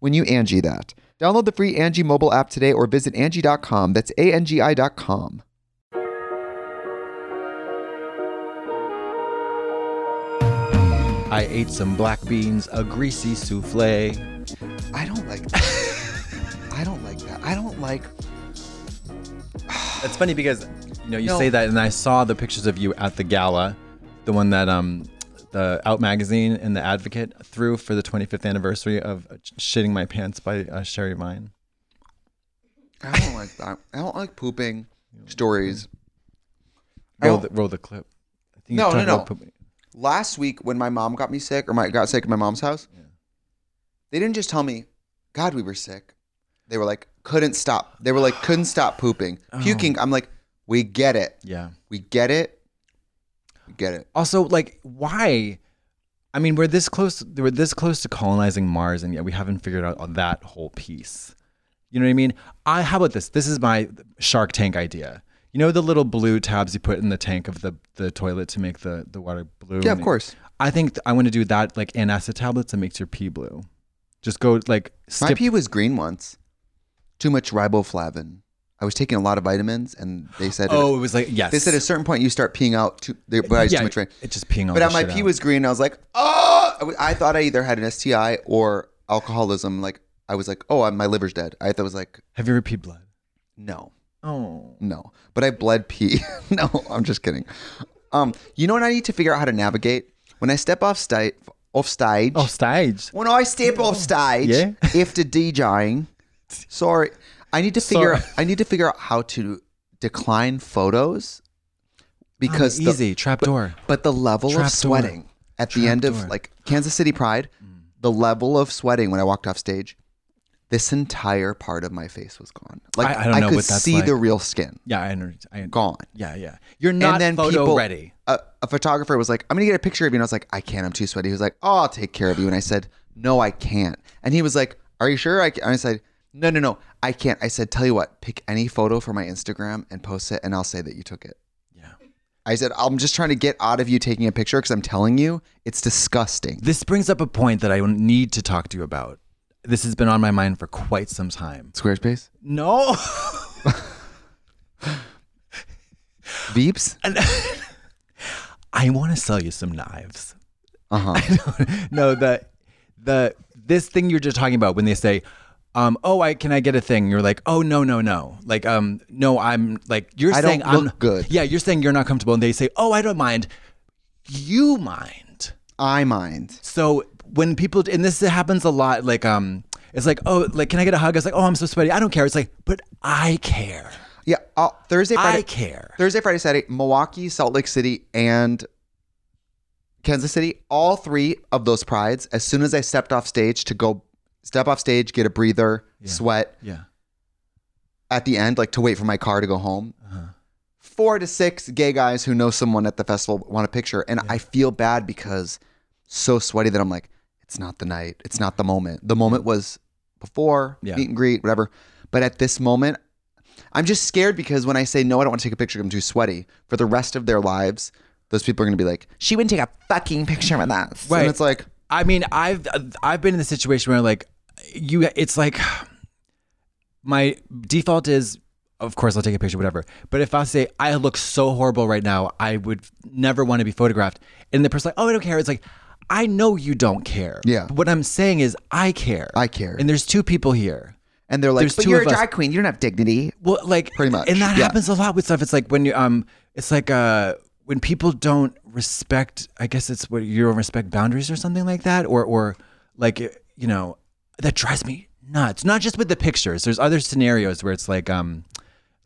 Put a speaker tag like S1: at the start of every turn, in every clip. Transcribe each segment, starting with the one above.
S1: when you Angie that. Download the free Angie mobile app today or visit Angie.com. That's A-N-G-I dot com.
S2: I ate some black beans, a greasy souffle.
S1: I don't like that. I don't like that. I don't like...
S2: It's funny because you know you
S1: No.
S2: say that, and I saw the pictures of you at the gala, the one that um the Out magazine and the Advocate threw for the 25th anniversary of uh, Shitting My Pants by uh, Sherry Vine.
S1: I don't like that. I don't like pooping stories. I
S2: Roll
S1: don't-
S2: the, roll the clip. I think
S1: Oh. No,
S2: you're
S1: no,
S2: talking about
S1: last week when my mom got me sick or my got sick at my mom's house, they didn't just tell me, God, we were sick. They were like, couldn't stop. They were like, couldn't stop pooping,
S2: Oh.
S1: puking. I'm like, we get it.
S2: Yeah.
S1: We get it. We get it.
S2: Also, like, why? I mean, we're this close. We're this close to colonizing Mars, and yet we haven't figured out uh, that whole piece. You know what I mean? I how about this? This is my Shark Tank idea. You know the little blue tabs you put in the tank of the the toilet to make the the water blue.
S1: Yeah, of
S2: And-
S1: course.
S2: I think th- I want to do that, like antacid tablets that makes your pee blue. Just go like
S1: My
S2: skip.
S1: pee was green once. Too much riboflavin. I was taking a lot of vitamins, and they said,
S2: oh, it was like yes.
S1: they said at a certain point you start peeing out too, there, but
S2: yeah,
S1: too much rain.
S2: It's just peeing all.
S1: But
S2: the
S1: uh, my
S2: shit
S1: pee
S2: out.
S1: was green. And I was like, oh, I w- I thought I either had an STI or alcoholism. Like I was like, oh, I'm, my liver's dead. I thought it was like,
S2: Have you ever peed blood?
S1: no,
S2: Oh,
S1: no. But I bled pee. no, I'm just kidding. Um, you know what? I need to figure out how to navigate when I step off stage. Off stage.
S2: oh, stage.
S1: When I step off stage
S2: Yeah.
S1: after DJing, sorry, I need to figure.
S2: Sorry.
S1: I need to figure out how to decline photos because the-
S2: Ah, Easy trap door.
S1: but the level
S2: Trapdoor.
S1: of sweating at the end of
S2: Trapdoor.
S1: like Kansas City Pride, the level of sweating when I walked off stage, this entire part of my face was gone. Like
S2: I- I don't know
S1: could
S2: what that's
S1: see the
S2: like.
S1: real skin
S2: Yeah, I understand.
S1: gone.
S2: Yeah, yeah. You're not
S1: and then
S2: photo
S1: people,
S2: ready.
S1: A, a photographer was like, "I'm gonna get a picture of you," and I was like, "I can't. I'm too sweaty." He was like, "Oh, I'll take care of you," and I said, "No, I can't." And he was like, "Are you sure?" I can? And I said, "No, no, no, I can't." I said, "Tell you what, pick any photo for my Instagram and post it, and I'll say that you took it."
S2: Yeah.
S1: I said, "I'm just trying to get out of you taking a picture because I'm telling you, it's disgusting."
S2: This brings up a point that I need to talk to you about. This has been on my mind for quite some time.
S1: Squarespace,
S2: No.
S1: Veeps.
S2: I want to sell you some knives.
S1: Uh huh.
S2: no, the the this thing you're just talking about when they say um, oh, I can I get a thing? You're like, oh no, no, no. Like, um, no, I'm like you're
S1: I don't
S2: saying I'm
S1: look good.
S2: Yeah, you're saying you're not comfortable, and they say, oh, I don't mind. You mind.
S1: I mind.
S2: So when people and this happens a lot, like um, it's like oh, like can I get a hug? It's like oh, I'm so sweaty. I don't care. It's like but I care.
S1: Yeah. i Thursday, Friday.
S2: I care.
S1: Thursday, Friday, Saturday, Milwaukee, Salt Lake City, and Kansas City, all three of those prides, as soon as I stepped off stage to go step off stage, get a breather, sweat
S2: Yeah.
S1: at the end, like to wait for my car to go home.
S2: Uh-huh.
S1: Four to six gay guys who know someone at the festival want a picture. And I feel bad because so sweaty that I'm like, it's not the night. It's not the moment. The moment was before
S2: Yeah.
S1: meet and greet, whatever. But at this moment, I'm just scared because when I say no, I don't want to take a picture. 'cause I'm too sweaty. For the rest of their lives, those people are going to be like, she wouldn't take a fucking picture with us.
S2: Right.
S1: And it's like,
S2: I mean, I've I've been in the situation where like you, it's like my default is, of course, I'll take a picture, whatever. But if I say I look so horrible right now, I would never want to be photographed, and the person's like, oh, I don't care. It's like. I know you don't care.
S1: Yeah.
S2: But what I'm saying is, I care.
S1: I care.
S2: And there's two people here.
S1: and they're like,
S2: There's
S1: but
S2: two
S1: you're a
S2: of us.
S1: drag queen. You don't have dignity.
S2: Well, like
S1: Pretty much,
S2: and that
S1: yeah.
S2: happens a lot with stuff. It's like when you um, it's like uh, when people don't respect. I guess it's what you don't respect boundaries or something like that, or or like you know that drives me nuts. Not just with the pictures. There's other scenarios where it's like um,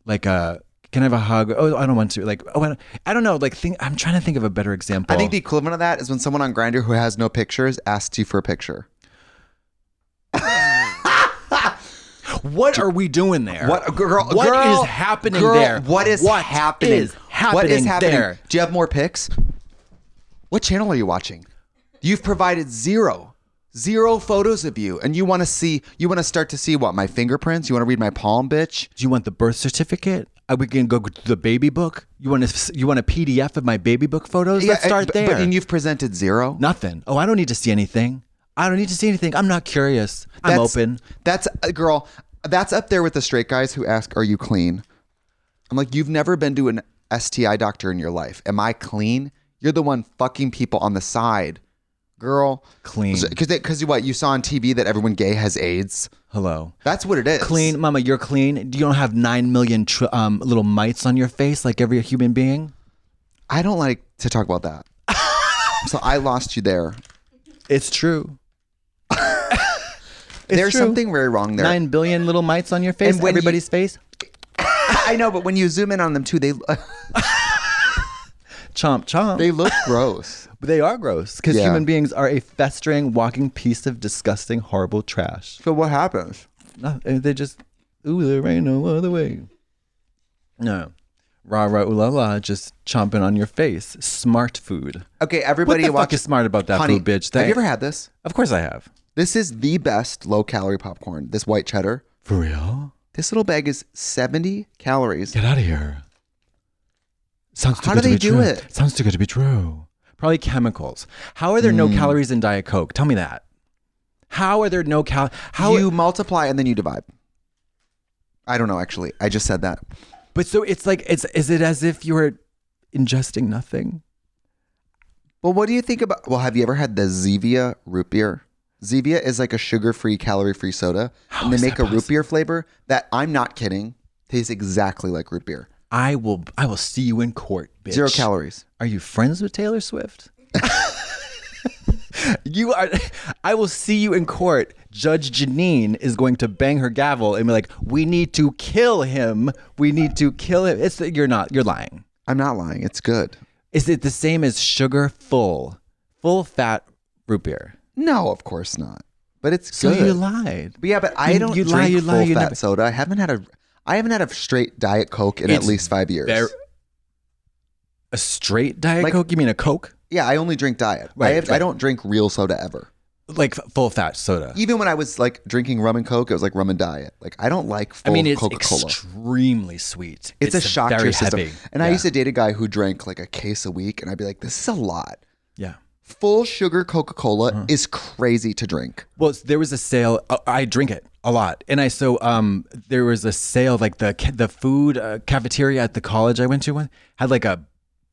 S2: like uh, can I have a hug? Oh, I don't want to. Like oh, I don't, I don't know. Like think I'm trying to think of a better example.
S1: I think the equivalent of that is when someone on Grinder who has no pictures asks you for a picture.
S2: what are we doing there?
S1: What girl?
S2: What
S1: girl,
S2: is happening
S1: girl,
S2: there?
S1: What is happening?
S2: is
S1: what is
S2: happening
S1: happening
S2: there?
S1: Do you have more pics? What channel are you watching? You've provided zero, zero photos of you, and you want to see. You want to start to see what my fingerprints. You want to read my palm, bitch.
S2: Do you want the birth certificate? Are we gonna go to the baby book? You want a, you want a PDF of my baby book photos? Let's
S1: Yeah, eh,
S2: start
S1: but-
S2: there.
S1: But, and you've presented zero.
S2: Nothing. Oh, I don't need to see anything. I don't need to see anything. I'm not curious. I'm
S1: That's-
S2: open.
S1: That's uh, girl. That's up there with the straight guys who ask, "Are you clean?" I'm like, you've never been to an STI doctor in your life. Am I clean? You're the one fucking people on the side, girl.
S2: Clean.
S1: Because because what you saw on TV that everyone gay has AIDS.
S2: Hello.
S1: That's what it is.
S2: Clean, Mama. You're clean. You don't have nine million tr- um, little mites on your face like every human being.
S1: I don't like to talk about that. so I lost you there.
S2: It's true. It's
S1: There's
S2: true.
S1: something very wrong there.
S2: Nine billion little mites on your face.
S1: And when you-
S2: everybody's face.
S1: I know, but when you zoom in on them too, they
S2: Chomp chomp.
S1: they look gross.
S2: They are gross because
S1: Yeah.
S2: human beings are a festering, walking piece of disgusting, horrible trash.
S1: So what happens?
S2: No, uh, they just, ooh, there ain't no other way. No. Rah, rah, ooh, la, la, just chomping on your face. Smart food.
S1: Okay,
S2: What
S1: everybody
S2: the fuck
S1: watch
S2: is smart about that
S1: Honey,
S2: food, bitch?
S1: have
S2: That-
S1: you ever had this?
S2: Of course I have.
S1: This is the best low calorie popcorn. This white cheddar.
S2: For real?
S1: This little bag is 70 calories.
S2: Get out of here. Sounds too
S1: How do
S2: good to
S1: they
S2: be
S1: do
S2: true.
S1: it?
S2: Sounds too good to be true. Hmm. Probably chemicals. How are there no calories in Diet Coke? Tell me that. How are there no cal? How
S1: you multiply and then you divide. I don't know, actually. I just said that.
S2: But so it's like it's is it as if you were ingesting nothing?
S1: Well, what do you think about? Well, have you ever had the Zevia root beer? Zevia is like a sugar-free, calorie-free soda, and
S2: is
S1: they make
S2: that
S1: a root beer flavor that I'm not kidding tastes exactly like root beer.
S2: I will I will see you in court, bitch.
S1: Zero calories.
S2: Are you friends with Taylor Swift? you are I will see you in court. Judge Janine is going to bang her gavel and be like, "We need to kill him. We need to kill him." It's you're not you're lying.
S1: I'm not lying. It's good.
S2: Is it the same as sugar full, full fat root beer?
S1: No, of course not. But it's
S2: So
S1: good.
S2: you lied.
S1: But yeah, but I
S2: You-
S1: don't
S2: you lie,
S1: drink
S2: you lie,
S1: full
S2: you
S1: fat
S2: never-
S1: soda. I haven't had a I haven't had a straight diet coke in at
S2: It's
S1: least five years.
S2: Ver- a straight diet
S1: Like-
S2: coke? You mean a coke?
S1: yeah, I only drink diet. I,
S2: Right,
S1: have, I
S2: right.
S1: don't drink real soda ever.
S2: like f- full fat soda.
S1: Even when I was like drinking rum and coke, it was like rum and diet. Like I don't like
S2: I
S1: full
S2: mean, it's
S1: Coca-Cola.
S2: extremely sweet.
S1: it's, a shock to
S2: very
S1: your system.
S2: heavy.
S1: And I
S2: Yeah.
S1: used to date a guy who drank like a case a week, and I'd be like, "This is a lot."
S2: yeah.
S1: Full sugar Coca Cola
S2: Uh-huh.
S1: is crazy to drink.
S2: Well, it's- there was a sale. Uh, I drink it a lot, and I so um there was a sale like the ca- the food uh, cafeteria at the college I went to one had like a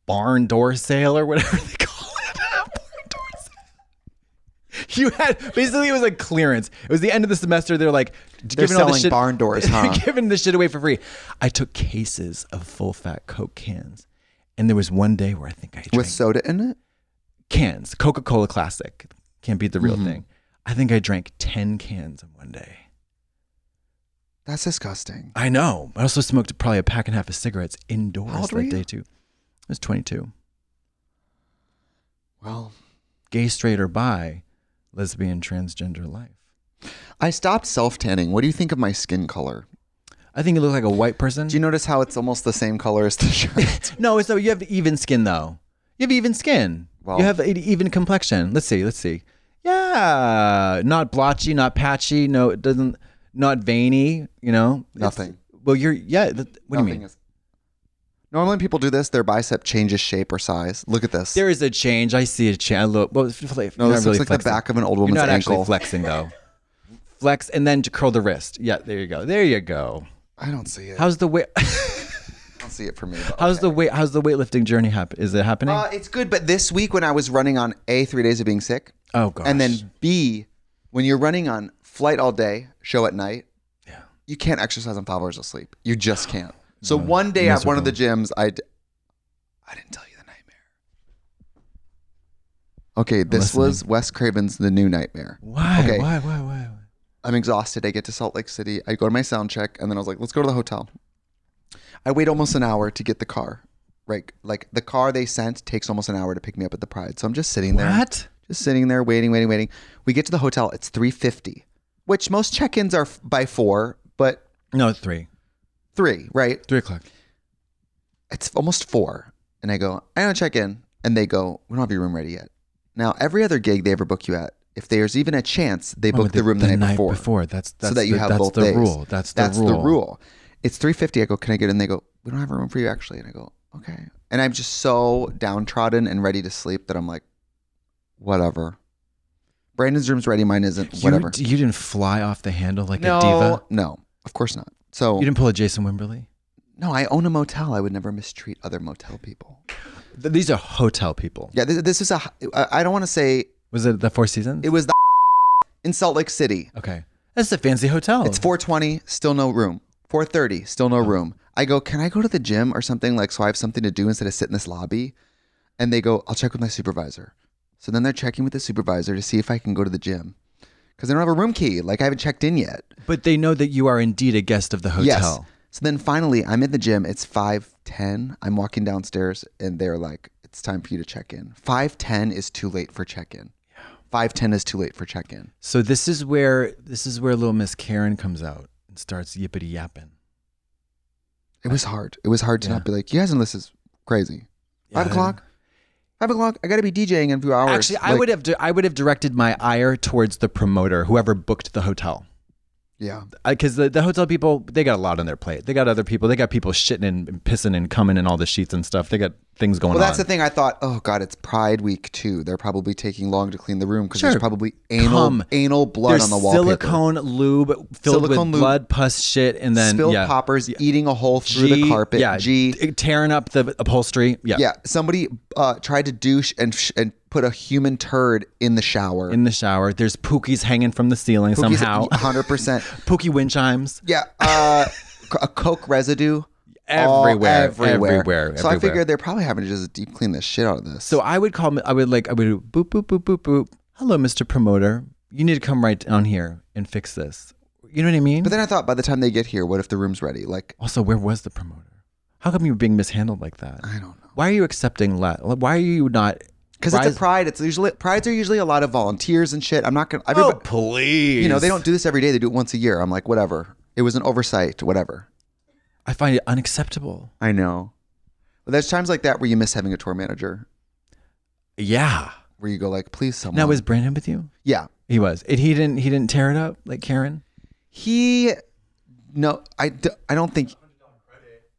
S2: barn door sale or whatever they call it. barn door sale. You had basically it was like clearance. It was the end of the semester. They're like
S1: They're
S2: giving all
S1: selling
S2: this shit,
S1: barn doors, huh?
S2: giving this shit away for free. I took cases of full fat Coke cans, and there was one day where I think I drank
S1: With soda in it,
S2: cans, Coca Cola Classic. Can't beat the
S1: Mm-hmm.
S2: real thing. I think I drank 10 cans in one day.
S1: that's disgusting.
S2: I know. I also smoked probably a pack and a half of cigarettes indoors
S1: How old
S2: that
S1: were you?
S2: day, too. I was 22.
S1: Well,
S2: Gay, straight, or bi, lesbian, transgender life.
S1: I stopped self tanning. What do you think of my skin color?
S2: I think you look like a white person.
S1: Do you notice how it's almost the same color as the shirt?
S2: no, so you have even skin, though. You have even skin.
S1: Well-
S2: you have an even complexion. Let's see. Let's see. Yeah. Not blotchy, not patchy. No, it doesn't, not veiny, you know? It's-
S1: Nothing.
S2: Well, you're yeah. That, what do you
S1: Nothing
S2: mean?
S1: is- Normally, when people do this, their bicep changes shape or size. Look at this.
S2: there is a change. I see a change. I look. Well, it's-
S1: no,
S2: you're
S1: this
S2: not really
S1: looks like the
S2: flexing.
S1: back of an old
S2: You're
S1: woman's
S2: not
S1: ankle.
S2: actually flexing though. Flex and then to curl the wrist. Yeah, there you go. There you go.
S1: I don't see it.
S2: How's the weight?
S1: I don't see it for me. but
S2: How's
S1: okay.
S2: the weight? How's the weightlifting journey happen? Is it happening?
S1: Uh, it's good, but this week when I was running on A, three days of being sick,
S2: oh gosh.
S1: and then B, when you're running on flight all day, show at night,
S2: Yeah.
S1: you can't exercise on five hours of sleep. You just can't. So one day at one of the gyms, I, d- I didn't tell you the nightmare. Okay, this was Wes Craven's The New Nightmare.
S2: why?
S1: okay.
S2: Why? Why? Why?
S1: I'm exhausted. I get to Salt Lake City. I go to my sound check, and then I was like, let's go to the hotel. I wait almost an hour to get the car. Right, like the car they sent takes almost an hour to pick me up at the Pride. So I'm just sitting there,
S2: What?
S1: just sitting there waiting, waiting, waiting. We get to the hotel. It's 3:50, which most check-ins are f- by four, but
S2: No, three.
S1: three, right?
S2: Three o'clock.
S1: it's almost four. And I go, I want to check in. And they go, we don't have your room ready yet. Now, every other gig they ever book you at, if there's even a chance, they
S2: Oh,
S1: book the, room the, night, before,
S2: That's,
S1: so
S2: that's
S1: that you
S2: the,
S1: have
S2: that's
S1: both
S2: the
S1: days.
S2: rule. That's the rule.
S1: It's 350. I go, can I get in? They go, we don't have a room for you actually. And I go, okay. And I'm just so downtrodden and ready to sleep that I'm like, whatever. Brandon's room's ready. Mine isn't.
S2: You,
S1: whatever.
S2: d- you didn't fly off the handle like
S1: no,
S2: a diva.
S1: no, of course not. So
S2: You didn't pull a Jason Wimberly.
S1: no, I own a motel. I would never mistreat other motel people.
S2: Th- These are hotel people.
S1: Yeah, this, this is a. I I don't want to say
S2: Was it the Four Seasons?
S1: It was the in Salt Lake City.
S2: okay. That's a fancy hotel.
S1: It's 420, still no room. 430, still
S2: Oh.
S1: no room. I go, can I go to the gym or something like so I have something to do instead of sit in this lobby? And they go, I'll check with my supervisor. So then they're checking with the supervisor to see if I can go to the gym because I don't have a room key. Like I haven't checked in yet.
S2: But they know that you are indeed a guest of the hotel.
S1: Yes. So then finally, I'm in the gym. It's five ten. I'm walking downstairs, and they're like, "It's time for you to check in." Five ten is too late for check in. Five ten is too late for check in.
S2: So this is where this is where little Miss Karen comes out and starts yippity yapping.
S1: It was hard. It was hard to
S2: Yeah.
S1: not be like, you guys know this is crazy. Five
S2: Yeah.
S1: o'clock. Five o'clock. I got to be DJing in a few hours.
S2: Actually, I
S1: Like,
S2: would have di- I would have directed my ire towards the promoter, whoever booked the hotel,
S1: Yeah.
S2: because the, the hotel people they got a lot on their plate. They got other people. They got people shitting and, and pissing and coming in all the sheets and stuff. They got things going
S1: Well, that's the
S2: on.
S1: thing. I thought, oh god, it's Pride Week too. They're probably taking long to clean the room because
S2: Sure.
S1: there's probably anal
S2: Come.
S1: anal blood
S2: There's
S1: on the wallpaper.
S2: silicone lube filled
S1: Silicone
S2: with
S1: lube.
S2: blood, pus, shit, and then
S1: Spilled
S2: yeah,
S1: poppers, eating a hole through the
S2: G-
S1: carpet.
S2: Yeah,
S1: G.
S2: t- tearing up the upholstery. Yeah,
S1: yeah. Somebody uh, tried to douche and sh- and put a human turd in the shower.
S2: in the shower. There's pookies hanging from the ceiling somehow.
S1: Hundred percent.
S2: Pookie wind chimes.
S1: Yeah. Uh, c- a coke residue. All
S2: Everywhere,
S1: everywhere.
S2: everywhere,
S1: So I
S2: everywhere.
S1: figured they're probably having to just deep clean the shit out of this.
S2: So I would call. I would like. I would do boop boop boop boop boop. Hello, Mr. Promoter. You need to come right down here and fix this. You know what I mean?
S1: but then I thought by the time they get here, what if the room's ready? Like,
S2: also, where was the promoter? How come you were being mishandled like that?
S1: I don't know.
S2: Why are you accepting less? Why are you not?
S1: Because it's a
S2: Rise-
S1: pride. It's usually prides are usually a lot of volunteers and shit. I'm not gonna. Everybody,
S2: Oh, please!
S1: you know, they don't do this every day. They do it once a year. I'm like, whatever. It was an oversight. Whatever.
S2: I find it unacceptable.
S1: I know. But there's times like that where you miss having a tour manager,
S2: Yeah.
S1: where you go like, please someone.
S2: Now was Brandon with you?
S1: yeah.
S2: He was. And he didn't. He didn't tear it up like Karen.
S1: He, no, I, d- I don't think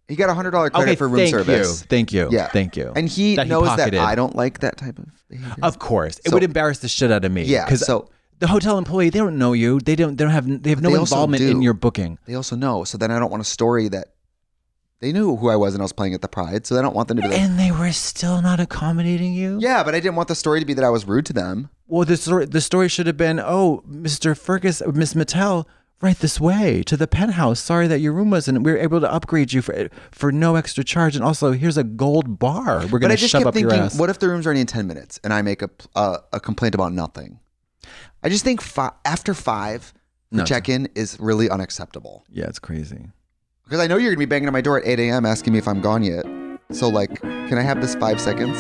S1: he got a hundred dollar credit for room
S2: thank
S1: service.
S2: you. Thank you.
S1: Yeah.
S2: Thank you.
S1: And he
S2: That he
S1: knows that
S2: pocketed.
S1: I don't like that type of behavior.
S2: Of course, it
S1: So-
S2: would embarrass the shit out of me.
S1: Yeah,
S2: because
S1: so-
S2: the hotel employee they don't know you. They don't. They don't have. They have no
S1: They also
S2: involvement
S1: do.
S2: in your booking.
S1: they also know. So then I don't want a story that they knew who I was and I was playing at the Pride. So I don't want them to be like,
S2: And they were still not accommodating you.
S1: yeah, but I didn't want the story to be that I was rude to them.
S2: Well, the story the story should have been, oh, Mr. Fergus, uh, Miss Mattel, right this way to the penthouse. Sorry that your room wasn't. We were able to upgrade you for uh, for no extra charge, and also here's a gold bar. We're
S1: But
S2: gonna
S1: I just
S2: shove
S1: kept
S2: up your
S1: thinking,
S2: ass.
S1: what if the room's ready in 10 minutes and I make a, a, a complaint about nothing? I just think fi- after five, the
S2: No.
S1: check in is really unacceptable.
S2: yeah, it's crazy.
S1: Because I know you're going to be banging on my door at 8 a.m. asking me if I'm gone yet. So, like, can I have this five seconds?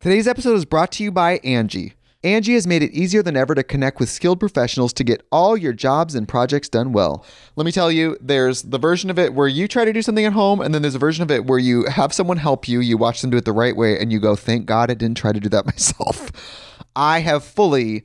S1: Today's episode is brought to you by Angie. Angie has made it easier than ever to connect with skilled professionals to get all your jobs and projects done well. Let me tell you, there's the version of it where you try to do something at home, and then there's a version of it where you have someone help you, you watch them do it the right way, and you go, thank God I didn't try to do that myself. I have fully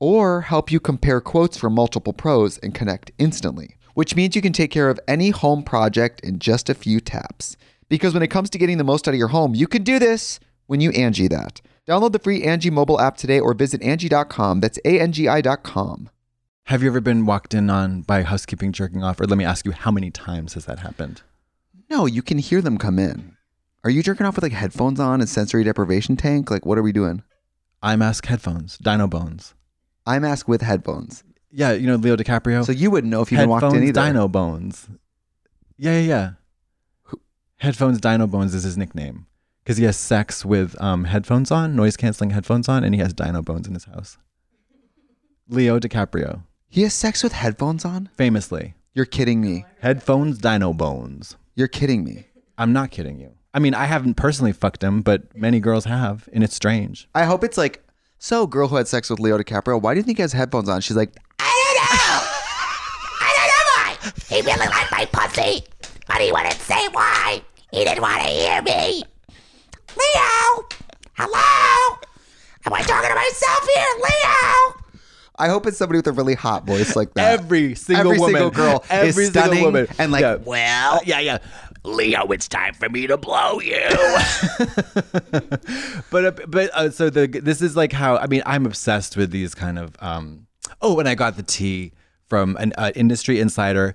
S1: or help you compare quotes from multiple pros and connect instantly, which means you can take care of any home project in just a few taps. Because when it comes to getting the most out of your home, you can do this when you Angie that. Download the free Angie mobile app today or visit Angie.com. That's A-N-G-I dot com.
S2: Have you ever been walked in on by housekeeping jerking off? Or let me ask you, how many times has that happened?
S1: No, you can hear them come in. Are you jerking off with like headphones on and sensory deprivation tank? Like what are we doing?
S2: iMask headphones, Dino Bones.
S1: I'm asked with headphones.
S2: Yeah, you know Leo DiCaprio.
S1: So you wouldn't know if you even
S2: headphones,
S1: walked in either.
S2: Dino Bones. Yeah, yeah, yeah. Headphones, Dino Bones is his nickname because he has sex with um, headphones on, noise canceling headphones on, and he has Dino Bones in his house. Leo DiCaprio,
S1: He has sex with headphones on?
S2: famously,
S1: You're kidding me.
S2: headphones, Dino Bones.
S1: You're kidding me.
S2: I'm not kidding you. I mean, I haven't personally fucked him, but many girls have, and it's strange.
S1: I hope it's like, so girl who had sex with Leo DiCaprio, why do you think he has headphones on? She's like,
S3: I don't know why. He really liked my pussy, but he wouldn't say why. He didn't want to hear me. Leo, hello. Am I talking to myself here, Leo?
S1: I hope it's somebody with a really hot voice like that.
S2: Every single
S1: Every
S2: woman,
S1: single girl
S2: every
S1: is
S2: single
S1: stunning
S2: woman.
S1: and like
S2: Yeah.
S3: Well,
S2: Yeah, yeah.
S3: Leo, it's time for me to blow you.
S2: but uh, but uh, so the this is like how I mean I'm obsessed with these kind of um oh and I got the tea from an uh, industry insider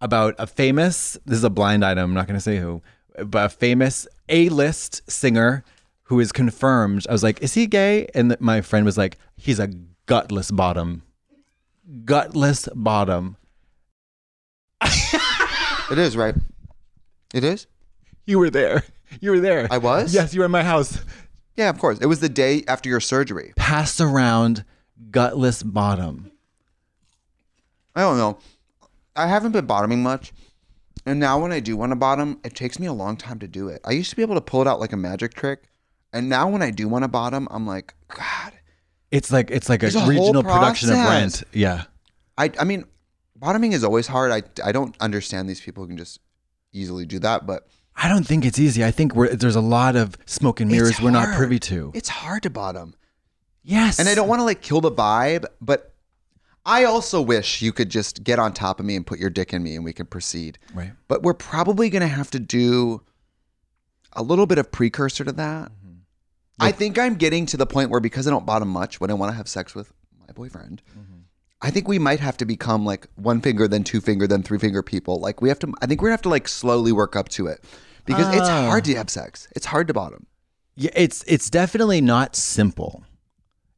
S2: about a famous this is a blind item I'm not going to say who but a famous A-list singer who is confirmed I was like is he gay and th- my friend was like he's a gutless bottom gutless bottom
S1: It is, right? It is?
S2: you were there you were there
S1: I was?
S2: yes you were in my house
S1: Yeah, of course. It was the day after your surgery.
S2: pass around gutless bottom
S1: I don't know. I haven't been bottoming much. And now when I do want to bottom, it takes me a long time to do it. I used to be able to pull it out like a magic trick. And now when I do want to bottom, I'm like, God.
S2: It's like it's like a,
S1: There's a whole
S2: regional production of
S1: process.
S2: Rent. Yeah.
S1: I, I mean, bottoming is always hard. I, I don't understand these people who can just easily do that, but
S2: I don't think it's easy. I think we're, there's a lot of smoke and mirrors
S1: It's
S2: we're not
S1: hard.
S2: privy to.
S1: it's hard to bottom.
S2: yes.
S1: And I don't want to like kill the vibe, but I also wish you could just get on top of me and put your dick in me and we can proceed.
S2: Right.
S1: But we're probably going to have to do a little bit of precursor to that. I think I'm getting to the point where because I don't bottom much when I want to have sex with my boyfriend, I think we might have to become like one finger, then two finger, then three finger people. Like we have to, I think we're going to have to like slowly work up to it because it's
S2: Ah.
S1: hard to have sex. It's hard to bottom.
S2: Yeah, it's it's definitely not simple.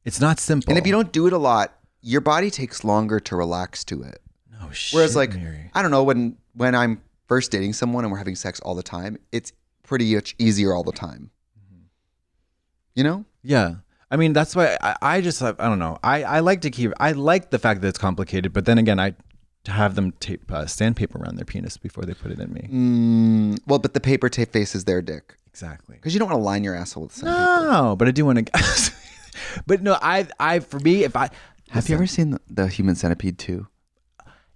S2: It's not simple.
S1: And if you don't do it a lot, your body takes longer to relax to it.
S2: oh, shit,
S1: Whereas like
S2: Mary.
S1: I don't know when when I'm first dating someone and we're having sex all the time, it's pretty much easier all the time. You know?
S2: yeah. I mean, that's why I, I just have, I don't know. I, I like to keep I like the fact that it's complicated, but then again, I have them tape uh, sandpaper around their penis before they put it in me.
S1: Mm, well, but the paper tape faces their dick
S2: Exactly.
S1: because you don't want to line your asshole with something.
S2: No, but I do want to. but no, I I for me if I
S1: Have you ever seen the, the Human Centipede two?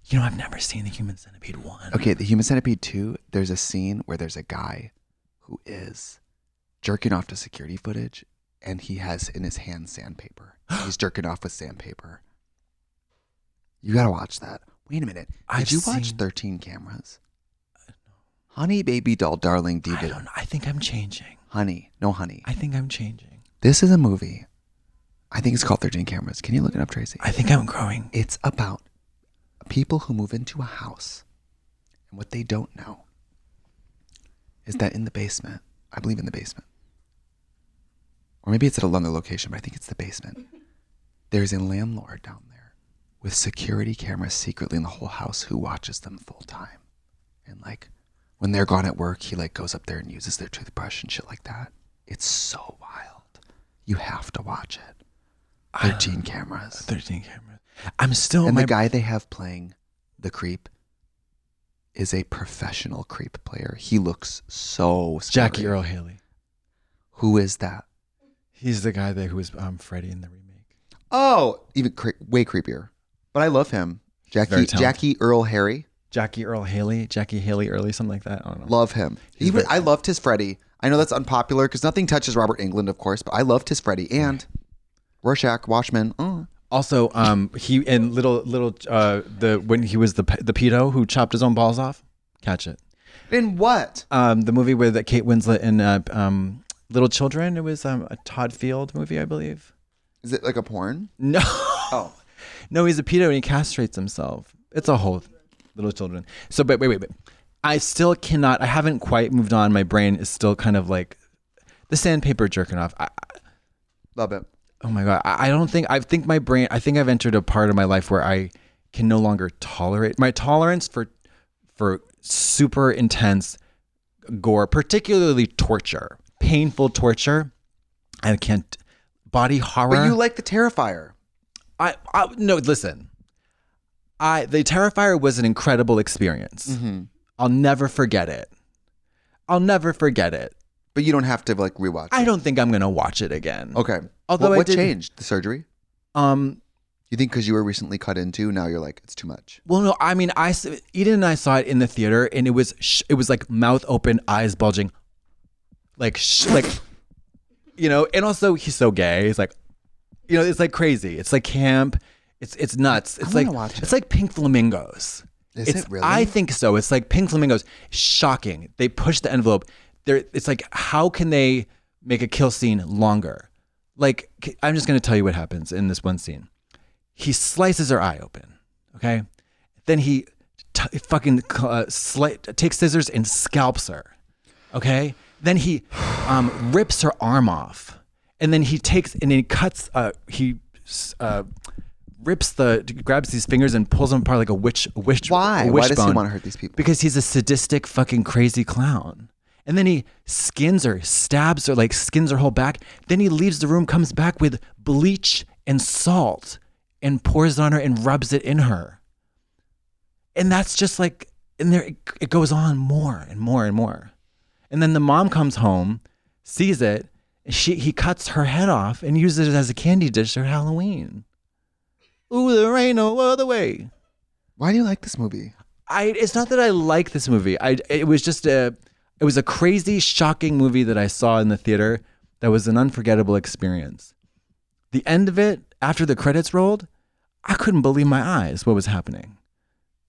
S2: You know, I've never seen the Human Centipede one.
S1: Okay, the Human Centipede two. There's a scene where there's a guy who is jerking off to security footage, and he has in his hand sandpaper. He's jerking off with sandpaper. You gotta watch that. Wait a minute. Did
S2: I've
S1: you watch
S2: seen-
S1: Thirteen Cameras? Honey, baby doll, darling
S2: I
S1: diva.
S2: don't know. I think I'm changing.
S1: Honey, no honey.
S2: I think I'm changing.
S1: This is a movie. I think it's called Thirteen Cameras. Can you look it up, Tracy?
S2: I think I'm growing.
S1: It's about people who move into a house And what they don't know is that in the basement, I believe in the basement, or maybe it's at another location, but I think it's the basement. There's a landlord down there with security cameras secretly in the whole house who watches them full time. And like when they're gone at work, he like goes up there and uses their toothbrush and shit like that. It's so wild. You have to watch it.
S2: Uh,
S1: 13 cameras.
S2: 13 cameras. I'm still
S1: and
S2: Oh, my
S1: the guy they have playing the creep is a professional creep player. He looks so scary.
S2: Jackie Earl Haley.
S1: Who is that?
S2: He's the guy there who was um, Freddy in the remake.
S1: Oh, even cre- way creepier. But I love him. Jackie
S2: very talented.
S1: Jackie Earl Harry.
S2: Jackie Earl Haley, Jackie Haley Early, something like that. I don't know.
S1: Love him.
S2: He's
S1: Even
S2: very
S1: I loved his Freddy. I know that's unpopular because nothing touches Robert England, of course, but I loved his Freddy and Rorschach, Watchmen. mm.
S2: Also, um, he and little little uh, the when he was the pe- the pedo who chopped his own balls off. Catch it.
S1: In what?
S2: Um, the movie with uh, Kate Winslet and uh, um, Little Children. It was um, a Todd Field movie, I believe.
S1: Is it like a porn?
S2: No,
S1: Oh.
S2: no, he's a pedo and he castrates himself. It's a whole Little Children. So, but wait, wait, wait. I still cannot. I haven't quite moved on. My brain is still kind of like the sandpaper jerking off. I,
S1: Love it.
S2: oh my god i I don't think i think my brain i think i've entered a part of my life where i can no longer tolerate my tolerance for for super intense gore particularly torture painful torture i can't body horror
S1: But you like the Terrifier.
S2: I, I no listen. I the Terrifier was an incredible experience.
S1: Mm-hmm.
S2: I'll never forget it. I'll never forget it.
S1: But you don't have to like rewatch.
S2: I don't think I'm gonna watch it again.
S1: Okay.
S2: Although
S1: what,
S2: I
S1: what
S2: did-
S1: changed? The surgery?
S2: Um.
S1: You think because you were recently cut into, now you're like it's too much.
S2: Well, no, I mean, I s- Eden and I saw it in the theater, and it was sh- it was like mouth open, eyes bulging, like sh- like, you know. And also, he's so gay. He's like, you know, it's like crazy. It's like camp. It's it's nuts. It's
S1: wanna
S2: like
S1: watch it.
S2: it's like Pink Flamingos.
S1: Is
S2: It's-
S1: it really?
S2: I think so. It's like Pink Flamingos. Shocking. They push the envelope. There. It's like how can they make a kill scene longer? Like c- I'm just gonna tell you what happens in this one scene he slices her eye open. Okay, then he t- fucking uh, sli- takes scissors and scalps her. Okay, then he um, rips her arm off, and then he takes and then he cuts. Uh, he uh, rips the grabs these fingers and pulls them apart like a witch. a Witch.
S1: Why?
S2: a
S1: Why does he
S2: wishbone.
S1: wanna hurt these people?
S2: Because he's a sadistic fucking crazy clown. And then he skins her, stabs her, like skins her whole back. Then he leaves the room, comes back with bleach and salt and pours it on her and rubs it in her. And that's just like, and there it, it goes on more and more and more. And then the mom comes home, sees it, she he cuts her head off and uses it as a candy dish for Halloween. Ooh, there ain't no other way.
S1: Why do you like this movie?
S2: I it's not that I like this movie. I it was just a it was a crazy, shocking movie that I saw in the theater that was an unforgettable experience. The end of it, after the credits rolled, I couldn't believe my eyes what was happening.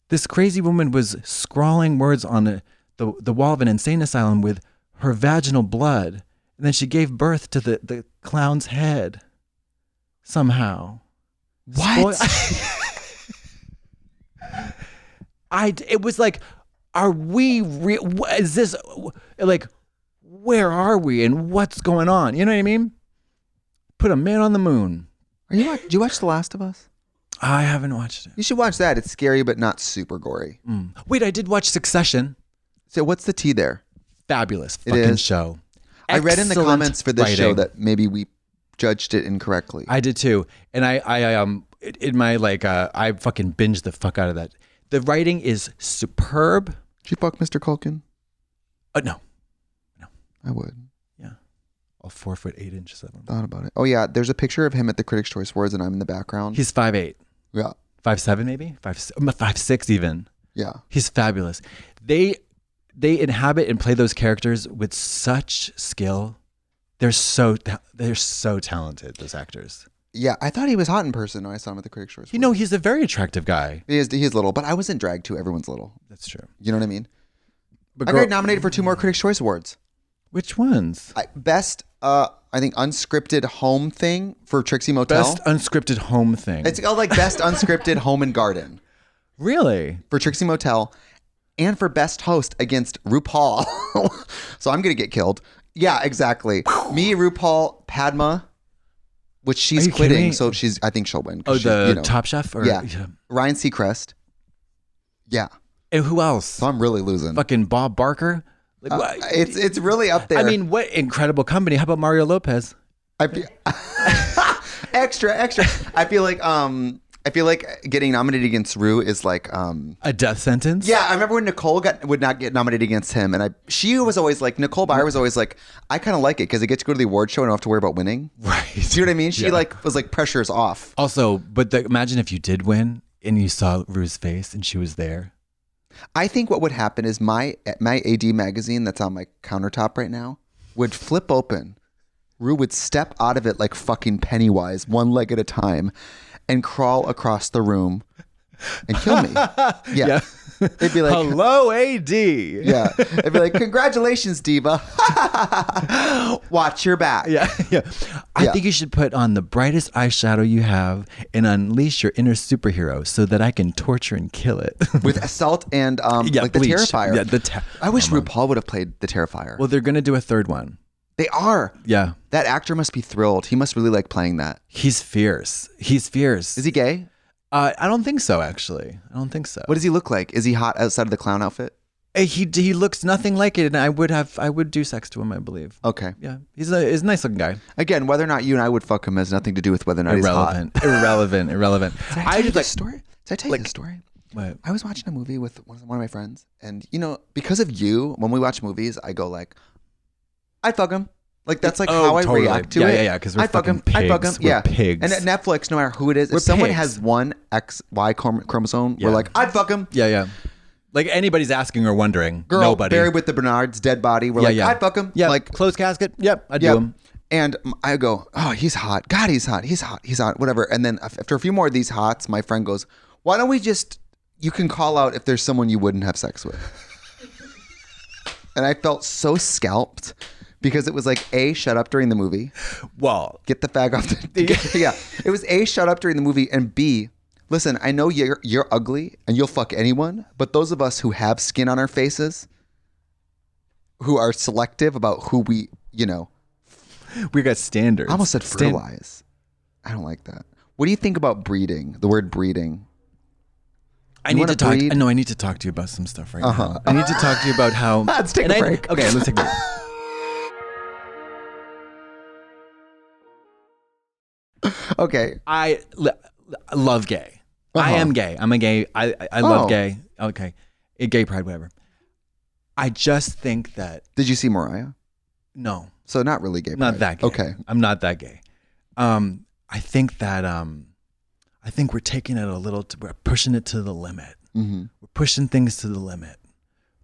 S2: This crazy woman was scrawling words on the, the, the wall of an insane asylum with her vaginal blood, and then she gave birth to the, the clown's head somehow.
S1: What?
S2: Spoil- I it was like, are we real? Is this like, where are we and what's going on? You know what I mean? Put a man on the moon.
S1: Are you? Watch, did you watch The Last of Us?
S2: I haven't watched it.
S1: You should watch that. It's scary but not super gory.
S2: Mm. Wait, I did watch Succession.
S1: So what's the T there?
S2: Fabulous
S1: It
S2: fucking
S1: is.
S2: show.
S1: I read in the
S2: Excellent
S1: comments for this show
S2: writing.
S1: that maybe we judged it incorrectly.
S2: I did too, and I, I, I, um, it- in my like, uh, I fucking binged the fuck out of that. The writing is superb.
S1: Did you fuck Mr. Culkin?
S2: Uh, no,
S1: I would.
S2: yeah, all four foot eight inches of him.
S1: Thought about it. Oh yeah, there's a picture of him at the Critics' Choice Awards, and I'm in the background.
S2: He's five eight.
S1: yeah,
S2: five seven maybe five s- um, five six even.
S1: yeah.
S2: He's fabulous. They they inhabit and play those characters with such skill. They're so ta- they're so talented. Those actors.
S1: Yeah, I thought he was hot in person when I saw him at the Critics' Choice.
S2: You know, he's a very attractive guy.
S1: he is, he is little, but I was in drag too. Everyone's little.
S2: That's true.
S1: You know what I mean?
S2: But
S1: I
S2: girl-
S1: got nominated for two more Critics' Choice Awards.
S2: Which ones?
S1: I, best, uh, I think, unscripted home thing for Trixie Motel.
S2: Best unscripted home thing.
S1: It's called like best unscripted home and garden
S2: really
S1: for Trixie Motel, and for best host against RuPaul. so I'm going to get killed. Yeah, exactly. Me, RuPaul, Padma, which she's
S2: you kidding
S1: quitting,
S2: me?
S1: so she's I think she'll win. 'cause
S2: Oh,
S1: she-
S2: the
S1: you know.
S2: Top Chef, or
S1: Yeah. Ryan Seacrest. Yeah.
S2: And who else?
S1: So I'm really losing.
S2: Fucking Bob Barker. Like, what?
S1: It's it's really up there.
S2: I mean, what incredible company? How about Mario Lopez?
S1: I feel, extra, extra. I feel like um, I feel like getting nominated against Rue is like um.
S2: A death sentence?
S1: Yeah, I remember when Nicole got would not get nominated against him, and I she was always like Nicole Byer was always like I kind of like it because I get to go to the award show and I don't have to worry about winning.
S2: Right.
S1: Do you know what I mean? She like was like pressures off.
S2: Also, but the, imagine if you did win and you saw Rue's face and she was there.
S1: I think what would happen is my my AD magazine that's on my countertop right now would flip open. Rue would step out of it like fucking Pennywise, one leg at a time, and crawl across the room and kill me. Yeah. They'd be like,
S2: Hello, AD. Yeah.
S1: yeah. They'd be like, congratulations, Diva. Watch your back.
S2: Yeah, yeah. I
S1: Yeah.
S2: think you should put on the brightest eyeshadow you have and unleash your inner superhero so that I can torture and kill it.
S1: With salt and um,
S2: Yeah,
S1: like the
S2: bleach.
S1: Terrifier.
S2: Yeah, the ter-
S1: I wish RuPaul would have played the Terrifier.
S2: well,
S1: Well,
S2: they're going to do a third one.
S1: they are.
S2: Yeah.
S1: That actor must be thrilled. He must really like playing that.
S2: He's fierce. He's fierce.
S1: Is he gay?
S2: Uh, I don't think so, actually. I don't think so.
S1: What does he look like? Is he hot outside of the clown outfit?
S2: Uh, he he looks nothing like it, and I would have I would do sex to him, I believe.
S1: Okay.
S2: Yeah, he's a he's a nice looking guy.
S1: Again, whether or not you and I would fuck him has nothing to do with whether or not
S2: Irrelevant, irrelevant, irrelevant.
S1: he's hot. Did I,
S2: I
S1: tell you
S2: just
S1: the
S2: like
S1: story? Did I tell you the story?
S2: what?
S1: I was watching a movie with one of one of my friends, and you know, because of you, when we watch movies, I go like, "I'd fuck him." Like that's like
S2: Oh,
S1: how I
S2: totally.
S1: react to
S2: Yeah,
S1: it.
S2: yeah, yeah, 'cause we're
S1: I'd fuck him.
S2: fucking
S1: I'd fuck him.
S2: pigs. We're
S1: yeah,
S2: pigs.
S1: And at Netflix, no matter who it is,
S2: We're
S1: if someone
S2: pigs.
S1: has one X Y chrom- chromosome, we're
S2: Yeah.
S1: like, "I'd fuck him."
S2: Yeah, yeah. Like anybody's asking or wondering.
S1: Girl
S2: Nobody.
S1: buried with the Bernards, dead body. We're
S2: yeah,
S1: like,
S2: yeah.
S1: "I'd fuck him."
S2: Yeah,
S1: like
S2: like closed casket. Yep, I do
S1: Yeah.
S2: him.
S1: And m- I go, oh, he's hot. God, he's hot. He's hot. He's hot. Whatever. And then af- after a few more of these hots, my friend goes, why don't we just, you can call out if there's someone you wouldn't have sex with. and I felt so scalped because it was like, A, shut up during the movie,
S2: Well,
S1: get the fag off the. yeah. It was A, shut up during the movie, and B, listen, I know you're, you're ugly and you'll fuck anyone, but those of us who have skin on our faces, who are selective about who we, you know,
S2: we got standards.
S1: I almost said
S2: Stan-
S1: fertilize. I don't like that. What do you think about breeding? The word breeding.
S2: I
S1: You
S2: need
S1: wanna
S2: to talk.
S1: breed?
S2: No, I need to talk to you about some stuff right now. I need to talk to you about how.
S1: Let's take
S2: and
S1: a
S2: I-
S1: break.
S2: Okay, let's take a break.
S1: Okay.
S2: I l- love gay. I
S1: Uh-huh.
S2: am gay. I'm a gay. I I, I love
S1: Oh.
S2: gay. Okay, Eh, gay pride, whatever. I just think that
S1: Did you see Mariah?
S2: no,
S1: So not really gay.
S2: not
S1: pride.
S2: that gay.
S1: Okay.
S2: I'm not that gay. Um, I think that um, I think we're taking it a little. To, we're pushing it to the limit.
S1: hmm
S2: We're pushing things to the limit.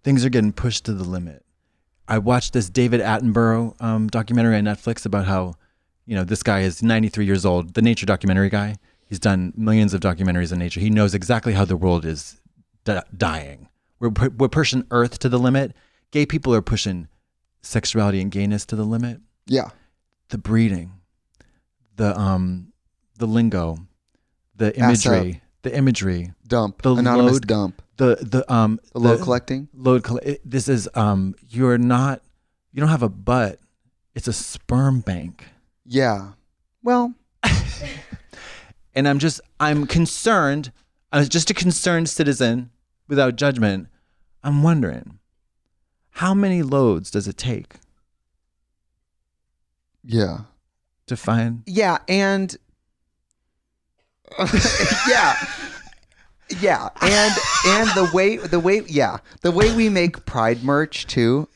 S2: Things are getting pushed to the limit. I watched this David Attenborough um, documentary on Netflix about how, you know, this guy is 93 years old, the nature documentary guy. He's done millions of documentaries on nature. He knows exactly how the world is di- dying. We're, pu- we're pushing Earth to the limit. Gay people are pushing sexuality and gayness to the limit
S1: Yeah.
S2: the breeding, the um, the lingo, the imagery, the imagery,
S1: Dump.
S2: The
S1: Anonymous
S2: load-
S1: dump.
S2: the the um,
S1: The load collecting.
S2: load coll- it- This is um, you're not, you don't have a butt. It's a sperm bank,
S1: Yeah. Well,
S2: and I'm just, I'm concerned. I was just a concerned citizen without judgment. I'm wondering, how many loads does it take
S1: yeah.
S2: to find?
S1: Yeah. And yeah. Yeah. And and the way the way yeah. The way we make pride merch too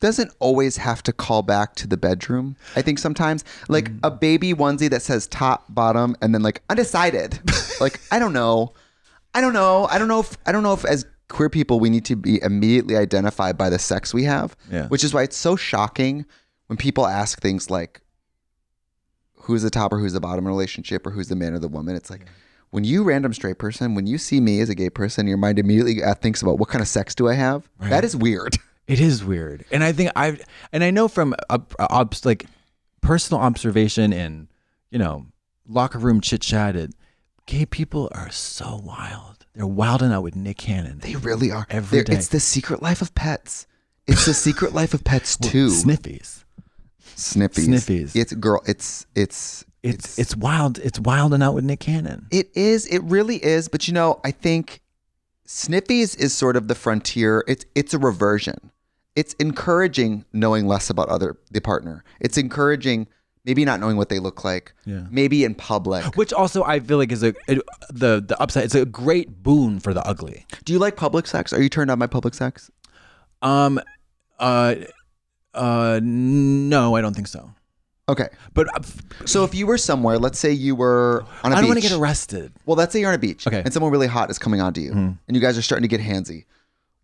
S1: doesn't always have to call back to the bedroom. I think sometimes like a baby onesie that says top, bottom, and then like undecided. like I don't know, I don't know, I don't know if I don't know if as queer people we need to be immediately identified by the sex we have.
S2: Yeah.
S1: Which is why it's so shocking when people ask things like, "Who's the top or who's the bottom in a relationship or who's the man or the woman?" It's like. When you random straight person, when you see me as a gay person, your mind immediately uh, thinks about what kind of sex do I have. That is weird.
S2: It is weird, and I think I and I know from uh, obs, like personal observation and you know locker room chit chat. it- Gay people are so wild. They're wilding out with Nick Cannon.
S1: They really are.
S2: Every
S1: They're-
S2: day.
S1: It's the secret life of pets. It's the secret life of pets too.
S2: Sniffies.
S1: sniffies.
S2: sniffies.
S1: It's girl. It's it's
S2: It's, it's wild. It's wilding out with Nick Cannon.
S1: It is. It really is. But you know, I think Sniffies is sort of the frontier. It's it's a reversion. It's encouraging knowing less about other the partner. It's encouraging maybe not knowing what they look like.
S2: Yeah.
S1: Maybe in public.
S2: Which also I feel like is a it, the the upside. It's a great boon for the ugly.
S1: Do you like public sex? Are you turned on by public sex?
S2: Um, uh, uh, no, I don't think so.
S1: Okay.
S2: But uh, f-
S1: So if you were somewhere, let's say you were on a
S2: I don't want
S1: beach.
S2: to get arrested.
S1: well, let's say you're on a beach
S2: Okay. Mm-hmm.
S1: and someone really hot is coming onto you and you guys are starting to get handsy.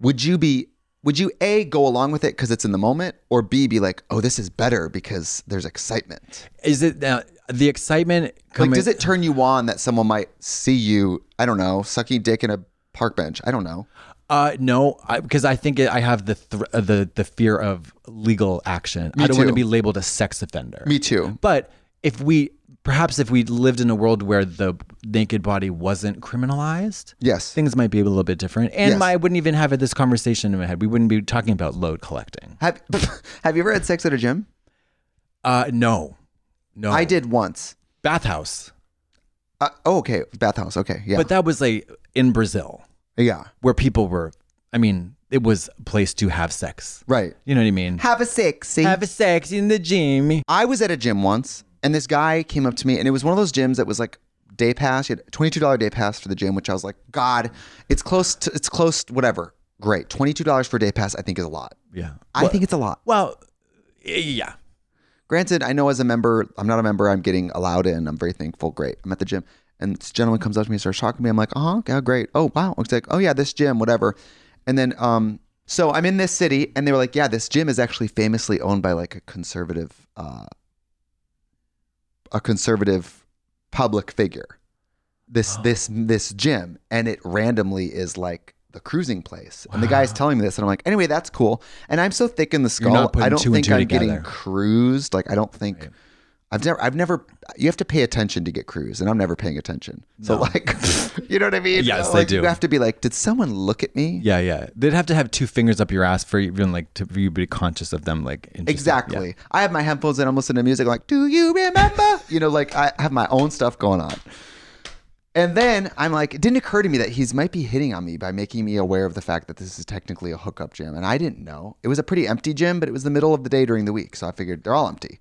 S1: Would you be would you A go along with it because it's in the moment or B be like, "Oh, this is better because there's excitement."
S2: Is it now the excitement? Coming,
S1: like does it turn you on that someone might see you, I don't know, sucking dick in a park bench? I don't know.
S2: Uh, no, because I, think it, I have the thr uh, the the fear of legal action. I don't want
S1: too.
S2: to be labeled a sex offender.
S1: Me too.
S2: But if we perhaps if we lived in a world where the naked body wasn't criminalized,
S1: Yes.
S2: things might be a little bit different. And
S1: Yes.
S2: my, I wouldn't even have this conversation in my head. We wouldn't be talking about load collecting.
S1: Have Have you ever had sex at a gym?
S2: Uh, no, no,
S1: I did once.
S2: bathhouse,
S1: Uh, oh, okay. Bathhouse. Okay. Yeah.
S2: but that was like in Brazil
S1: yeah.
S2: where people were. I mean, it was a place to have sex.
S1: Right.
S2: You know what I mean?
S1: Have a sexy.
S2: Have a sex in the gym.
S1: I was at a gym once, and this guy came up to me, and it was one of those gyms that was like day pass. You had a twenty-two dollar day pass for the gym, which I was like, God, it's close to it's close. Whatever, great. Twenty-two dollars for a day pass, I think is a lot.
S2: Yeah.
S1: I think it's a lot.
S2: Well, yeah.
S1: Granted, I know as a member, I'm not a member. I'm getting allowed in. I'm very thankful. Great. I'm at the gym, and this gentleman comes up to me, starts talking to me. I'm like, uh huh, yeah, great. Oh wow. It's like, oh yeah, this gym, whatever. And then, um, so I'm in this city, and they were like, yeah, this gym is actually famously owned by like a conservative, uh, a conservative public figure.
S2: Oh.
S1: This this this gym, and it randomly is like the cruising place. And the guy's telling me this, and I'm like, anyway, that's cool. And I'm so thick in the skull,
S2: not putting
S1: I don't
S2: two and
S1: think
S2: two
S1: I'm
S2: together.
S1: getting cruised. Like I don't think I've never I've never you have to pay attention to get cruised, and I'm never paying attention. So like you know what I mean?
S2: Yes,
S1: like,
S2: I do.
S1: You have to be like, did someone look at me?
S2: Yeah, yeah. They'd have to have two fingers up your ass for even like to for you to be conscious of them like interested.
S1: Exactly. I have my headphones and I'm listening to music like, do you remember? you know, like I have my own stuff going on. And then I'm like, it didn't occur to me that he's might be hitting on me by making me aware of the fact that this is technically a hookup gym. And I didn't know. It was a pretty empty gym, but it was the middle of the day during the week. So I figured they're all empty.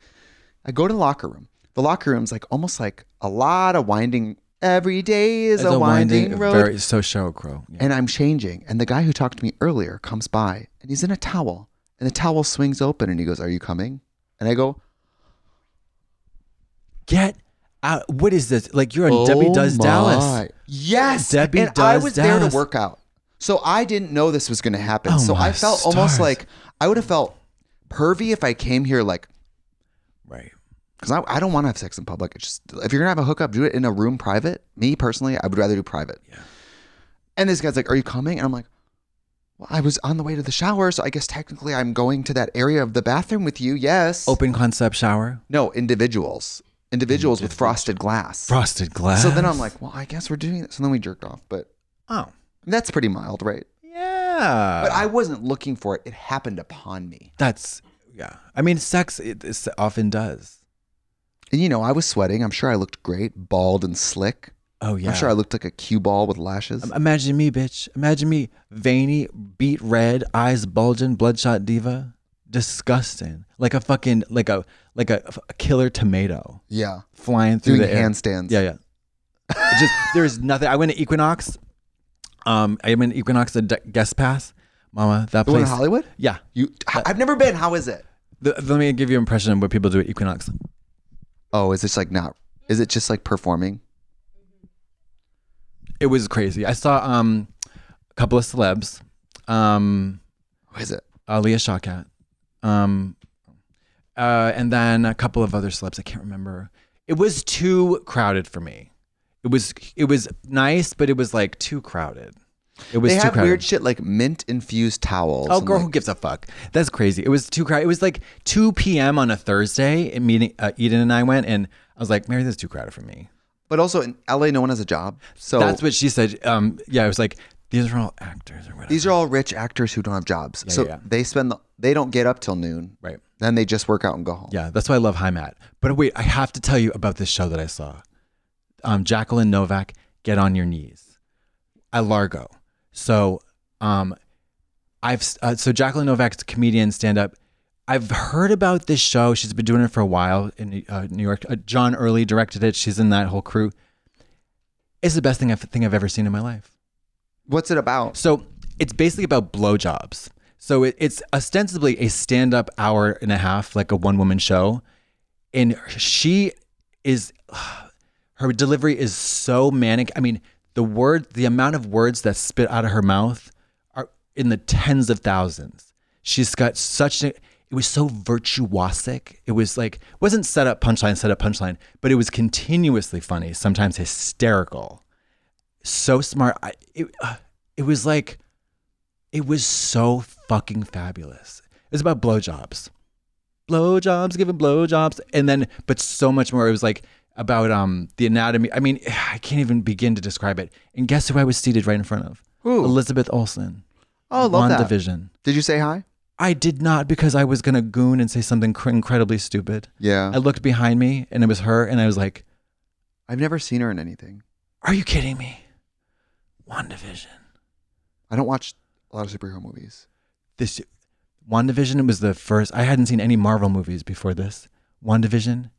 S1: I go to the locker room. The locker room's like almost like a lot of winding. Every day is
S2: As
S1: a, winding, road.
S2: very so show crow. Yeah.
S1: And I'm changing. And the guy who talked to me earlier comes by and he's in a towel. And the towel swings open and he goes, Are you coming? And I go,
S2: Get out. What is this? Like you're on
S1: oh
S2: Debbie Does
S1: my.
S2: Dallas.
S1: Yes.
S2: Debbie
S1: and I
S2: Does
S1: was there
S2: Dallas.
S1: to work out. So I didn't know this was going to happen.
S2: Oh
S1: so
S2: my
S1: I felt almost
S2: stars.
S1: like I would have felt pervy if I came here like,
S2: Right.
S1: because I, I don't want to have sex in public. It's just if you're gonna have a hookup, do it in a room private. Me personally, I would rather do private. Yeah. And this guy's like, "Are you coming?" And I'm like, "Well, I was on the way to the shower, so I guess technically I'm going to that area of the bathroom with you." Yes.
S2: Open concept shower.
S1: No, individuals, individuals with frosted glass.
S2: Frosted glass.
S1: So then I'm like, "Well, I guess we're doing this." And then we jerked off, but
S2: oh.
S1: that's pretty mild, right?
S2: Yeah.
S1: But I wasn't looking for it; it happened upon me.
S2: that's yeah. I mean sex it, it often does.
S1: And you know, I was sweating. I'm sure I looked great, bald and slick.
S2: Oh yeah.
S1: I'm sure I looked like a cue ball with lashes.
S2: Imagine me, bitch. Imagine me, veiny, beat red, eyes bulging, bloodshot diva. Disgusting. Like a fucking like a like a, a killer tomato
S1: yeah.
S2: flying through
S1: doing
S2: the air.
S1: handstands.
S2: Yeah, yeah. It just there is nothing. I went to Equinox. Um, I went to Equinox a de- guest pass. Mama, that
S1: The one
S2: place.
S1: in Hollywood?
S2: Yeah.
S1: You I've never been. How is it?
S2: The, let me give you an impression of what people do at Equinox.
S1: Oh, is this like not is it just like performing?
S2: It was crazy. I saw um a couple of celebs. Um,
S1: Who is it?
S2: Aaliyah Shawkat. Um, uh, and then a couple of other celebs. I can't remember. It was too crowded for me. It was it was nice, but it was like too crowded. It was
S1: They
S2: too
S1: have
S2: crowded.
S1: weird shit like mint infused towels.
S2: Oh,
S1: and,
S2: girl, who
S1: like-
S2: gives a fuck? That's crazy. It was too crowded. It was like 2 p.m. on a Thursday. And meeting uh, Eden and I went, and I was like, Mary, this is too crowded for me.
S1: But also in LA, no one has a job. So
S2: That's what she said. Um, yeah, it was like these are all actors or whatever.
S1: these are all rich actors who don't have jobs. so
S2: yeah, yeah.
S1: they spend the, they don't get up till noon.
S2: Right.
S1: Then they just work out and go home.
S2: yeah, that's why I love Hi Matt. But wait, I have to tell you about this show that I saw. Um, Jacqueline Novak, Get on Your Knees, at Largo. So, um, I've uh, so Jacqueline Novak's a comedian stand up. I've heard about this show. She's been doing it for a while in uh, New York. Uh, John Early directed it. She's in that whole crew. It's the best thing I think I've ever seen in my life.
S1: What's it about?
S2: So it's basically about blowjobs. So it, it's ostensibly a stand up hour and a half, like a one woman show. And she is, her delivery is so manic. I mean, the word, the amount of words that spit out of her mouth are in the tens of thousands. She's got such a, it was so virtuosic. It was like, wasn't set up punchline, set up punchline, but it was continuously funny, sometimes hysterical so smart. I, it, uh, it was like, it was so fucking fabulous. It was about blowjobs, blowjobs, giving blowjobs, and then, but so much more. It was like about um the anatomy. I mean, I can't even begin to describe it. And guess who I was seated right in front of?
S1: Who?
S2: Elizabeth Olsen.
S1: Oh, I love that.
S2: WandaVision.
S1: Did you say hi?
S2: I did not because I was gonna goon and say something cr- incredibly stupid.
S1: Yeah.
S2: I looked behind me and it was her, and I was like,
S1: I've never seen her in anything.
S2: "Are you kidding me?" WandaVision.
S1: I don't watch a lot of superhero movies.
S2: this WandaVision was the first I hadn't seen any Marvel movies before this. WandaVision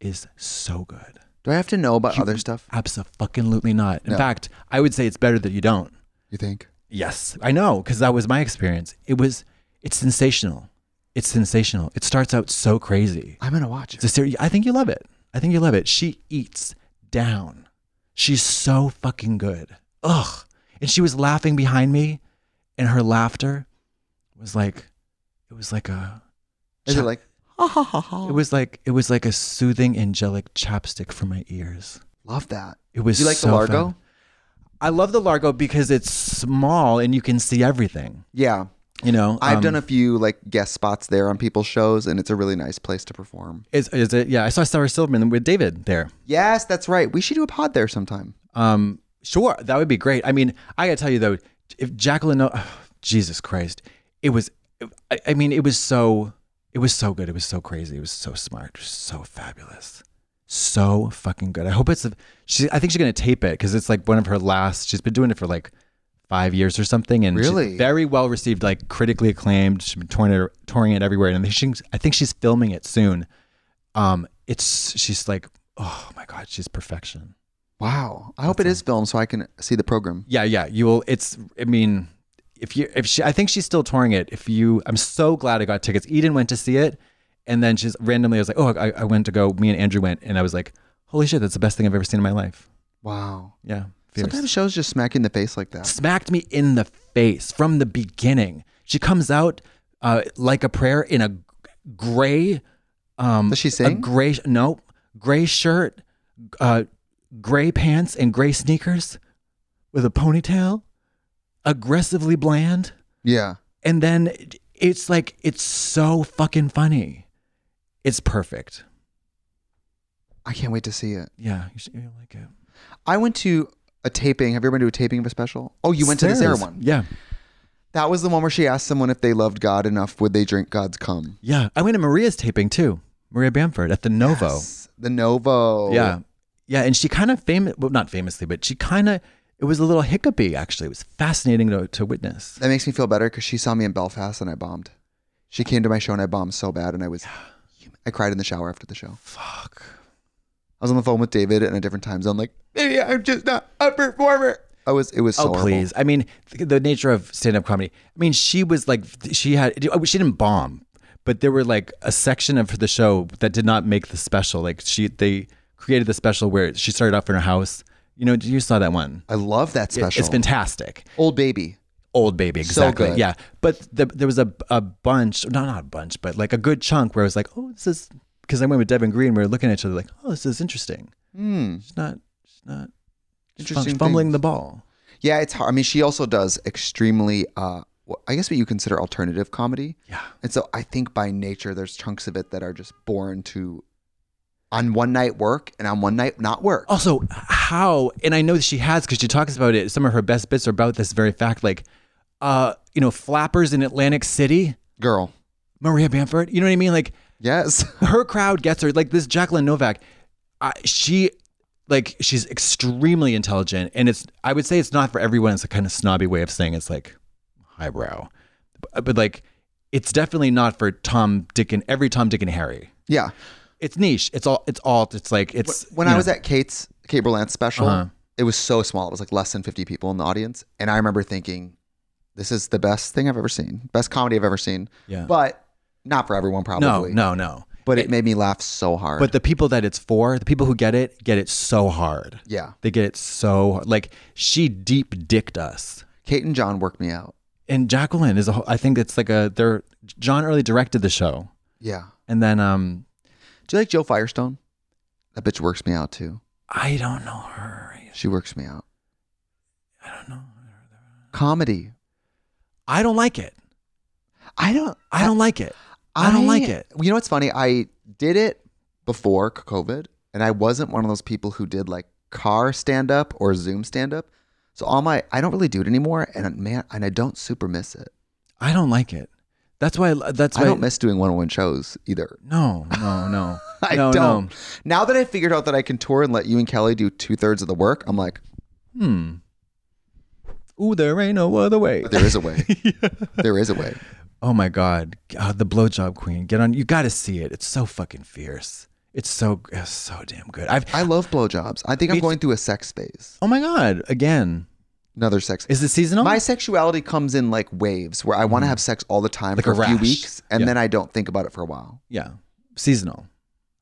S2: is so good.
S1: Do I have to know about other stuff?
S2: Absolutely not. In
S1: No.
S2: fact, I would say it's better that you don't.
S1: You think?
S2: Yes, I know cuz that was my experience. It was it's sensational. It's sensational. It starts out so crazy.
S1: I'm gonna watch
S2: It's a series. I think you love it. I think you love it. She eats down. She's so fucking good. Ugh. And she was laughing behind me, and her laughter was like, it was like a,
S1: Is it like? Ha ha ha ha.
S2: it was like, it was like a soothing angelic chapstick for my ears.
S1: Love that.
S2: It was.
S1: You like the
S2: so
S1: Largo?
S2: fun. I love the Largo because it's small and you can see everything.
S1: Yeah,
S2: You know,
S1: I've
S2: Um,
S1: done a few like guest spots there on people's shows, and it's a really nice place to perform.
S2: Is, is it? Yeah, I saw Sarah Silverman with David there.
S1: Yes, that's right. We should do a pod there sometime.
S2: Um, sure, that would be great. I mean, I gotta tell you though, if Jacqueline, oh, Jesus Christ, it was. I, I mean, it was so. It was so good. It was so crazy. It was so smart. So fabulous. So fucking good. I hope it's. A, she. I think she's gonna tape it because it's like one of her last. She's been doing it for like five years or something, and she's
S1: Really?
S2: very well received, like critically acclaimed. She's been touring it, touring it everywhere, and I think she's. I think she's filming it soon. Um, it's. She's like, oh my god, she's perfection.
S1: Wow, I hope it is filmed so I can see the program.
S2: Yeah, yeah. You will. It's. I mean, if you, if she, I think she's still touring it. If you, I'm so glad I got tickets. Eden went to see it, and then she's randomly I was like, oh, I, I went to go. Me and Andrew went, and I was like, holy shit, that's the best thing I've ever seen in my life.
S1: Wow.
S2: Yeah.
S1: Sometimes shows just smack you in the face like that.
S2: Smacked me in the face from the beginning. She comes out uh, like a prayer in a gray. Um,
S1: Does she
S2: A
S1: sing?
S2: gray, no, gray shirt, uh, gray pants, and gray sneakers, with a ponytail, aggressively bland.
S1: Yeah.
S2: And then it- it's like it's so fucking funny. It's perfect.
S1: I can't wait to see it.
S2: Yeah, you should, you'll like it.
S1: I went to a taping. Have you ever been to a taping of a special? Oh, you went to the Sarah
S2: Sarah's.
S1: one.
S2: Yeah,
S1: That was the one where she asked someone if they loved God enough, would they drink God's cum?
S2: yeah. I went to Maria's taping too. Maria Bamford at the Novo.
S1: Yes. The Novo.
S2: Oh, Yeah. Yeah. And she kind of famous, well, not famously, but she kind of, it was a little hiccupy actually. It was fascinating to, to witness.
S1: That makes me feel better because she saw me in Belfast and I bombed. She came to my show and I bombed so bad and I was, I cried in the shower after the show.
S2: Fuck.
S1: I was on the phone with David in a different time zone, like, maybe I'm just not a performer. I was, it was so
S2: Oh,
S1: horrible.
S2: please. I mean, th- the nature of stand up comedy. I mean, she was like, she had, oh, she didn't bomb, but there were like a section of the show that did not make the special. Like, she, they created the special where she started off in her house. You know, you saw that one.
S1: I love that special.
S2: It's fantastic.
S1: Old Baby.
S2: old baby exactly
S1: good.
S2: yeah but the, there was a, a bunch no not a bunch but like a good chunk where i was like oh this is because i went with devin green we were looking at each other like oh this is interesting
S1: Hmm.
S2: she's not she's not she's fum-
S1: Interesting
S2: fumbling
S1: things.
S2: the ball
S1: Yeah, it's hard. I mean, she also does extremely, uh, wh- I guess what you consider alternative comedy.
S2: yeah
S1: And so I think by nature, there's chunks of it that are just born to on one night work and on one night not work.
S2: Also, how, and I know that she has because she talks about it. Some of her best bits are about this very fact, like, uh, you know, flappers in Atlantic City,
S1: Girl.
S2: Maria Bamford. You know what I mean? Like,
S1: Yes.
S2: her crowd gets her. Like this Jacqueline Novak, uh, she, like, she's extremely intelligent, and it's. I would say it's not for everyone. It's a kind of snobby way of saying it's like highbrow, but, but like, it's definitely not for Tom, Dick, and every Tom, Dick, and Harry.
S1: yeah.
S2: It's niche. It's all. It's alt. It's like it's.
S1: When
S2: you
S1: I
S2: know.
S1: was at Kate's Kate Berlant special,
S2: Uh-huh.
S1: it was so small. It was like less than 50 people in the audience. And I remember thinking, this is the best thing I've ever seen, best comedy I've ever seen.
S2: Yeah.
S1: But not for everyone,
S2: no,
S1: probably.
S2: no, no.
S1: But it made me laugh so hard.
S2: But the people that it's for, the people who get it, get it so hard.
S1: yeah.
S2: They get it so hard. Like she deep dicked us.
S1: Kate and John worked me out.
S2: And Jacqueline is a whole, I think it's like a, they're, John early directed the show.
S1: Yeah.
S2: And then, um,
S1: Do you like Joe Firestone? That bitch works me out too.
S2: I don't know her.
S1: She works me out. I don't know. Comedy.
S2: I don't like it.
S1: I don't.
S2: I don't like it. I don't like it.
S1: You know what's funny? I did it before COVID, and I wasn't one of those people who did like car stand up or Zoom stand up. So all my, I don't really do it anymore, and man, and I don't super miss it.
S2: I don't like it. That's why, that's why.
S1: I don't miss doing one on one shows either.
S2: No, no, no.
S1: I
S2: no,
S1: don't.
S2: No.
S1: Now that I figured out that I can tour and let you and Kelly do two thirds of the work, I'm like,
S2: Ooh, there ain't no other way.
S1: there is a way. There is a way.
S2: Oh my God, God the blowjob queen! Get on. You got to see it. It's so fucking fierce. It's so it's so damn good. I've.
S1: I love blowjobs. I think I'm going through a sex phase.
S2: oh my God, again.
S1: Another sex.
S2: Is it seasonal?
S1: my sexuality comes in like waves where I want to have sex all the time
S2: Mm. Like
S1: for
S2: a
S1: a, few
S2: rash.
S1: weeks and
S2: Yeah.
S1: then I don't think about it for a while.
S2: yeah, seasonal.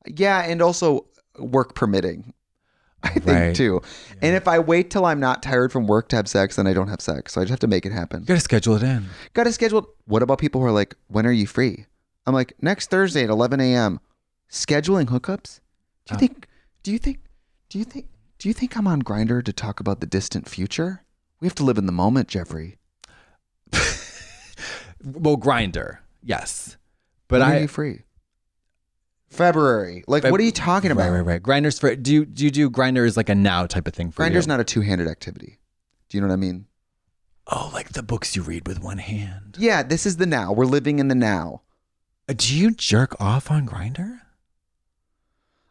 S1: Yeah, and also work permitting. I think
S2: Right.
S1: too. And if I wait till I'm not tired from work to have sex, then I don't have sex. So I just have to make it happen.
S2: You got to schedule it in.
S1: Got to schedule. What about people who are like, when are you free? I'm like, next Thursday at 11 a.m. Scheduling hookups? Do you think, do you think, do you think, do you think I'm on Grinder to talk about the distant future? We have to live in the moment, Jeffrey.
S2: Well, grinder. Yes, but
S1: when are
S2: I.
S1: you free? February. Like, what are you talking about?
S2: Right, right, right. Grinders for do you do you do grinder is like a now type of thing for
S1: Grinder's
S2: you?
S1: not a two-handed activity. Do you know what I mean?
S2: Oh, like the books you read with one hand.
S1: Yeah, this is the now. We're living in the now.
S2: Uh, Do you jerk off on grinder?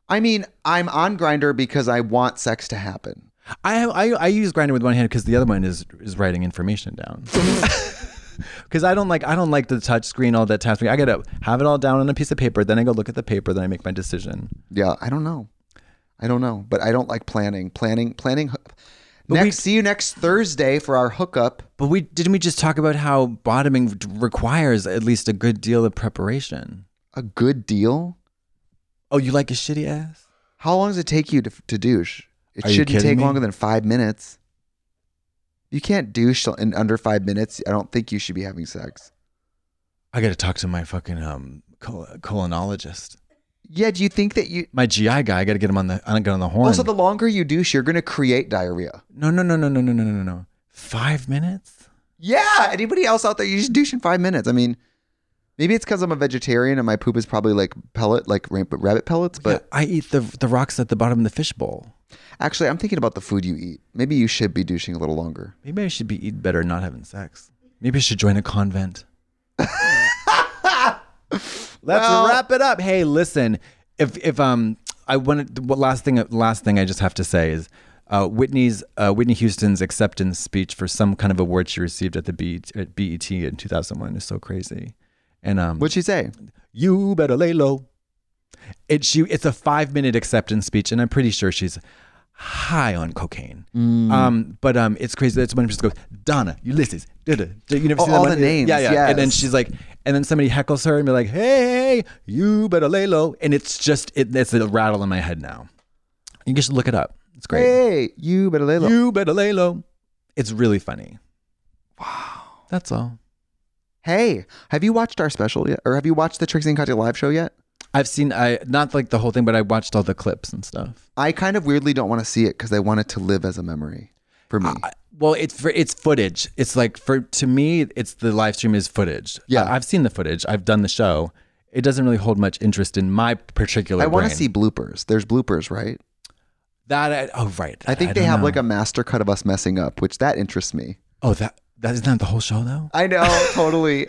S1: I mean, I'm on Grinder because I want sex to happen.
S2: I I, I use grinder with one hand because the other one is is writing information down. Because I don't like I don't like the touch screen all that task. I gotta have it all down on a piece of paper. Then I go look at the paper. Then I make my decision.
S1: Yeah, I don't know. I don't know, but I don't like planning. Planning, planning.
S2: But
S1: next,
S2: we-
S1: see you next Thursday for our hookup.
S2: But we didn't we just talk about how bottoming d- requires at least a good deal of preparation.
S1: A good deal.
S2: Oh, you like a shitty ass?
S1: How long does it take you to, to douche? It
S2: Are you
S1: shouldn't
S2: kidding
S1: take
S2: me?
S1: longer than five minutes. You can't douche in under five minutes. I don't think you should be having sex.
S2: I gotta talk to my fucking um col- colonologist,
S1: Yeah, do you think that you?
S2: my GI guy. I gotta get him on the I gotta get on the horn.
S1: Also, the longer you douche, you're going to create diarrhea.
S2: no no no no no no no no no five minutes.
S1: Yeah. Anybody else out there, you just douche in five minutes. I mean, maybe it's because I'm a vegetarian and my poop is probably like pellet, like ra- rabbit pellets. But
S2: I eat the the rocks at the bottom of the fishbowl.
S1: actually, I'm thinking about the food you eat. Maybe you should be douching a little longer.
S2: Maybe I should be eat better not having sex. Maybe I should join a convent. Let's
S1: Well-
S2: wrap it up. Hey, listen, if if um I wanted the last thing last thing I just have to say is uh, Whitney's uh, Whitney Houston's acceptance speech for some kind of award she received at the B- E at BET in 2001 is so crazy. And um
S1: What'd she say?
S2: you better lay low. It she it's a five minute acceptance speech, and I'm pretty sure she's high on cocaine.
S1: Mm.
S2: Um, but um, it's crazy. That's when she just goes, Donna, Ulysses, da-da. da-" you never
S1: Oh,
S2: see that
S1: all
S2: one?
S1: the names,
S2: Yeah, yeah. And then
S1: yes.
S2: she's like, and then somebody heckles her and be like, Hey, you better lay low. And it's just it, it's a rattle in my head now. You should look it up. It's great.
S1: Hey, you better lay low.
S2: You better lay low. It's really funny. Wow. That's all.
S1: Hey, have you watched our special yet? Or have you watched the Trixie and Katya live show yet?
S2: I've seen I not like the whole thing, but I watched all the clips and stuff.
S1: I kind of weirdly don't want to see it because I want it to live as a memory for me.
S2: I- well it's for it's footage it's like for to me it's the live stream is footage
S1: Yeah.
S2: I, have seen the footage i've done the show it doesn't really hold much interest in my particular.
S1: I want to
S2: brain.
S1: see bloopers. There's bloopers, right?
S2: that. I, oh right,
S1: I think they have like
S2: a.
S1: a master cut of us messing up, which that interests me.
S2: Oh that that isn't that the whole show though.
S1: I know, totally.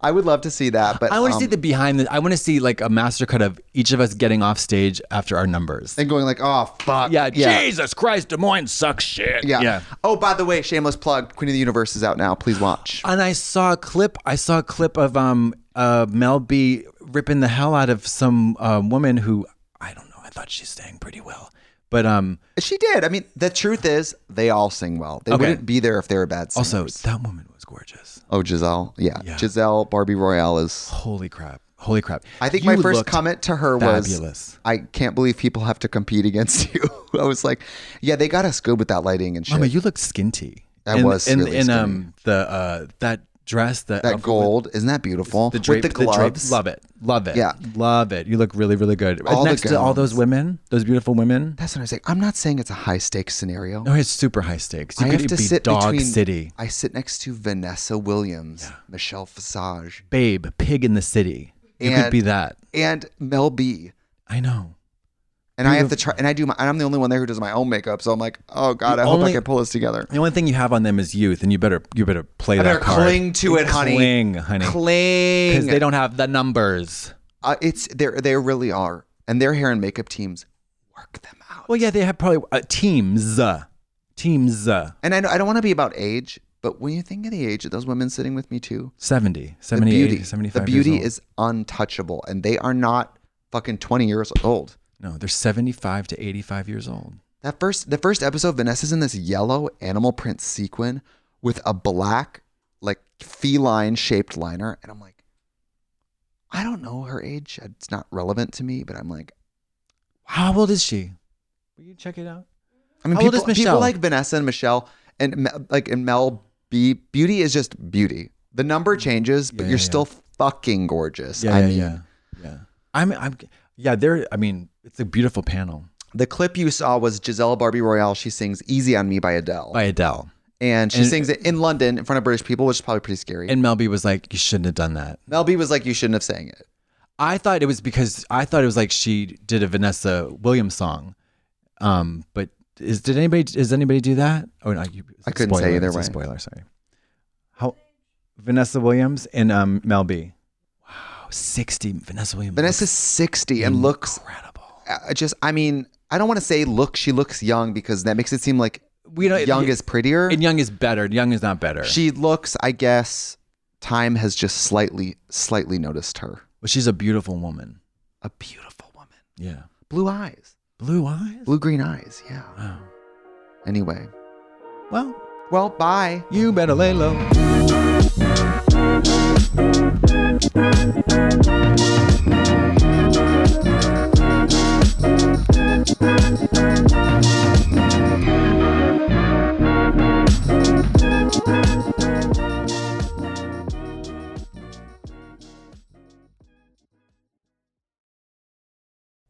S1: I would love to see that, but
S2: I want to
S1: um,
S2: see the behind the. I want to see like a master cut of each of us getting off stage after our numbers.
S1: and going like, oh fuck,
S2: Yeah,
S1: yeah,
S2: Jesus Christ, Des Moines sucks shit.
S1: yeah. Oh, by the way, shameless plug: Queen of the Universe is out now. Please watch.
S2: And I saw a clip. I saw a clip of um uh Mel B ripping the hell out of some uh, woman who I don't know. I thought she sang pretty well, but um
S1: She did. I mean, the truth is, they all sing well. They
S2: Okay.
S1: wouldn't be there if they were bad singers.
S2: also that woman was gorgeous.
S1: oh, Giselle, yeah.
S2: Yeah.
S1: Giselle Barbie Royale is.
S2: Holy crap! Holy crap!
S1: I think
S2: You
S1: my first
S2: looked
S1: comment to her was,
S2: fabulous.
S1: "I can't believe people have to compete against you." I was like, "Yeah, they got us good with that lighting and shit."
S2: Mama, you look skinty.
S1: I was
S2: in,
S1: really
S2: in um the uh that dress that
S1: that gold, isn't that beautiful?
S2: the drape,
S1: with the
S2: drape-
S1: gloves,
S2: love it, love it,
S1: Yeah.
S2: love it. You look really, really good.
S1: All the
S2: Next to all
S1: gowns.
S2: those women, those beautiful women.
S1: That's what I was like. I'm not saying it's a high stakes scenario.
S2: No, it's super high stakes. You
S1: I
S2: could
S1: have to
S2: be
S1: sit
S2: Dog
S1: between.
S2: City,
S1: I sit next to Vanessa Williams, Michelle Visage,
S2: Babe, Pig in the City. You
S1: And-
S2: could be that.
S1: and Mel B.
S2: I know.
S1: And I have to try, and I do my, and I'm the only one there who does my own makeup. So I'm like, oh God,
S2: The
S1: I hope I
S2: only-
S1: can pull this together.
S2: The only thing you have on them is youth, and you better you better play
S1: I
S2: that
S1: better
S2: card.
S1: cling to it, honey.
S2: Cling, honey, because
S1: Cling.
S2: they don't have the numbers.
S1: uh, it's, there, they really are. And their hair and makeup teams work them out.
S2: Well, yeah, they have probably uh, teams, uh, teams, uh,
S1: And I, know, I don't want to be about age, but when you think of the age of those women sitting with me too,
S2: 70,
S1: the
S2: 78,
S1: beauty,
S2: 75
S1: the
S2: years
S1: beauty
S2: old.
S1: is untouchable. And they are not fucking 20 years old.
S2: no, they're seventy-five to eighty-five years old.
S1: That first, the first episode, Vanessa's in this yellow animal print sequin with a black, like feline shaped liner, and I'm like, I don't know her age. It's not relevant to me, but I'm like,
S2: How old is she? Will you check it out?
S1: I mean,
S2: How old
S1: people,
S2: is
S1: people
S2: Michelle?
S1: like Vanessa and Michelle and Me- like and Mel B. Beauty is just beauty. The number changes, but
S2: Yeah,
S1: you're
S2: yeah,
S1: still fucking gorgeous.
S2: Yeah,
S1: I
S2: yeah,
S1: mean,
S2: yeah, yeah. I'm, I'm, yeah. They're. I mean, it's a beautiful panel
S1: the clip you saw was Giselle Barbie Royale. She sings "Easy on Me" by Adele,
S2: by Adele.
S1: and she
S2: and-
S1: sings it in London in front of British people, which is probably pretty scary. And
S2: And Mel B was like, "You shouldn't have done that."
S1: Mel B was like, "You shouldn't have sang it."
S2: I thought it was because I thought it was like she did a Vanessa Williams song. Um, but is did anybody does anybody do that? Oh no, you,
S1: I couldn't say
S2: spoiler,
S1: either
S2: it's a
S1: way.
S2: Spoiler, sorry. How Vanessa Williams and um Mel B. Wow, sixty. Vanessa Williams.
S1: Vanessa's 60 and looks
S2: looks incredible.
S1: uh, just, I mean, I don't want to say look, she looks young because that makes it seem like
S2: We don't
S1: young is prettier.
S2: and young is better. Young is not better.
S1: She looks, I guess, time has just slightly, slightly noticed her.
S2: Well, she's a beautiful woman.
S1: A beautiful woman.
S2: Yeah.
S1: Blue eyes,
S2: Blue eyes?
S1: blue green eyes. Yeah.
S2: Wow.
S1: Anyway,
S2: Well,
S1: well, bye.
S2: you better lay low.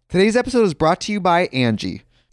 S1: Today's episode is brought to you by Angie.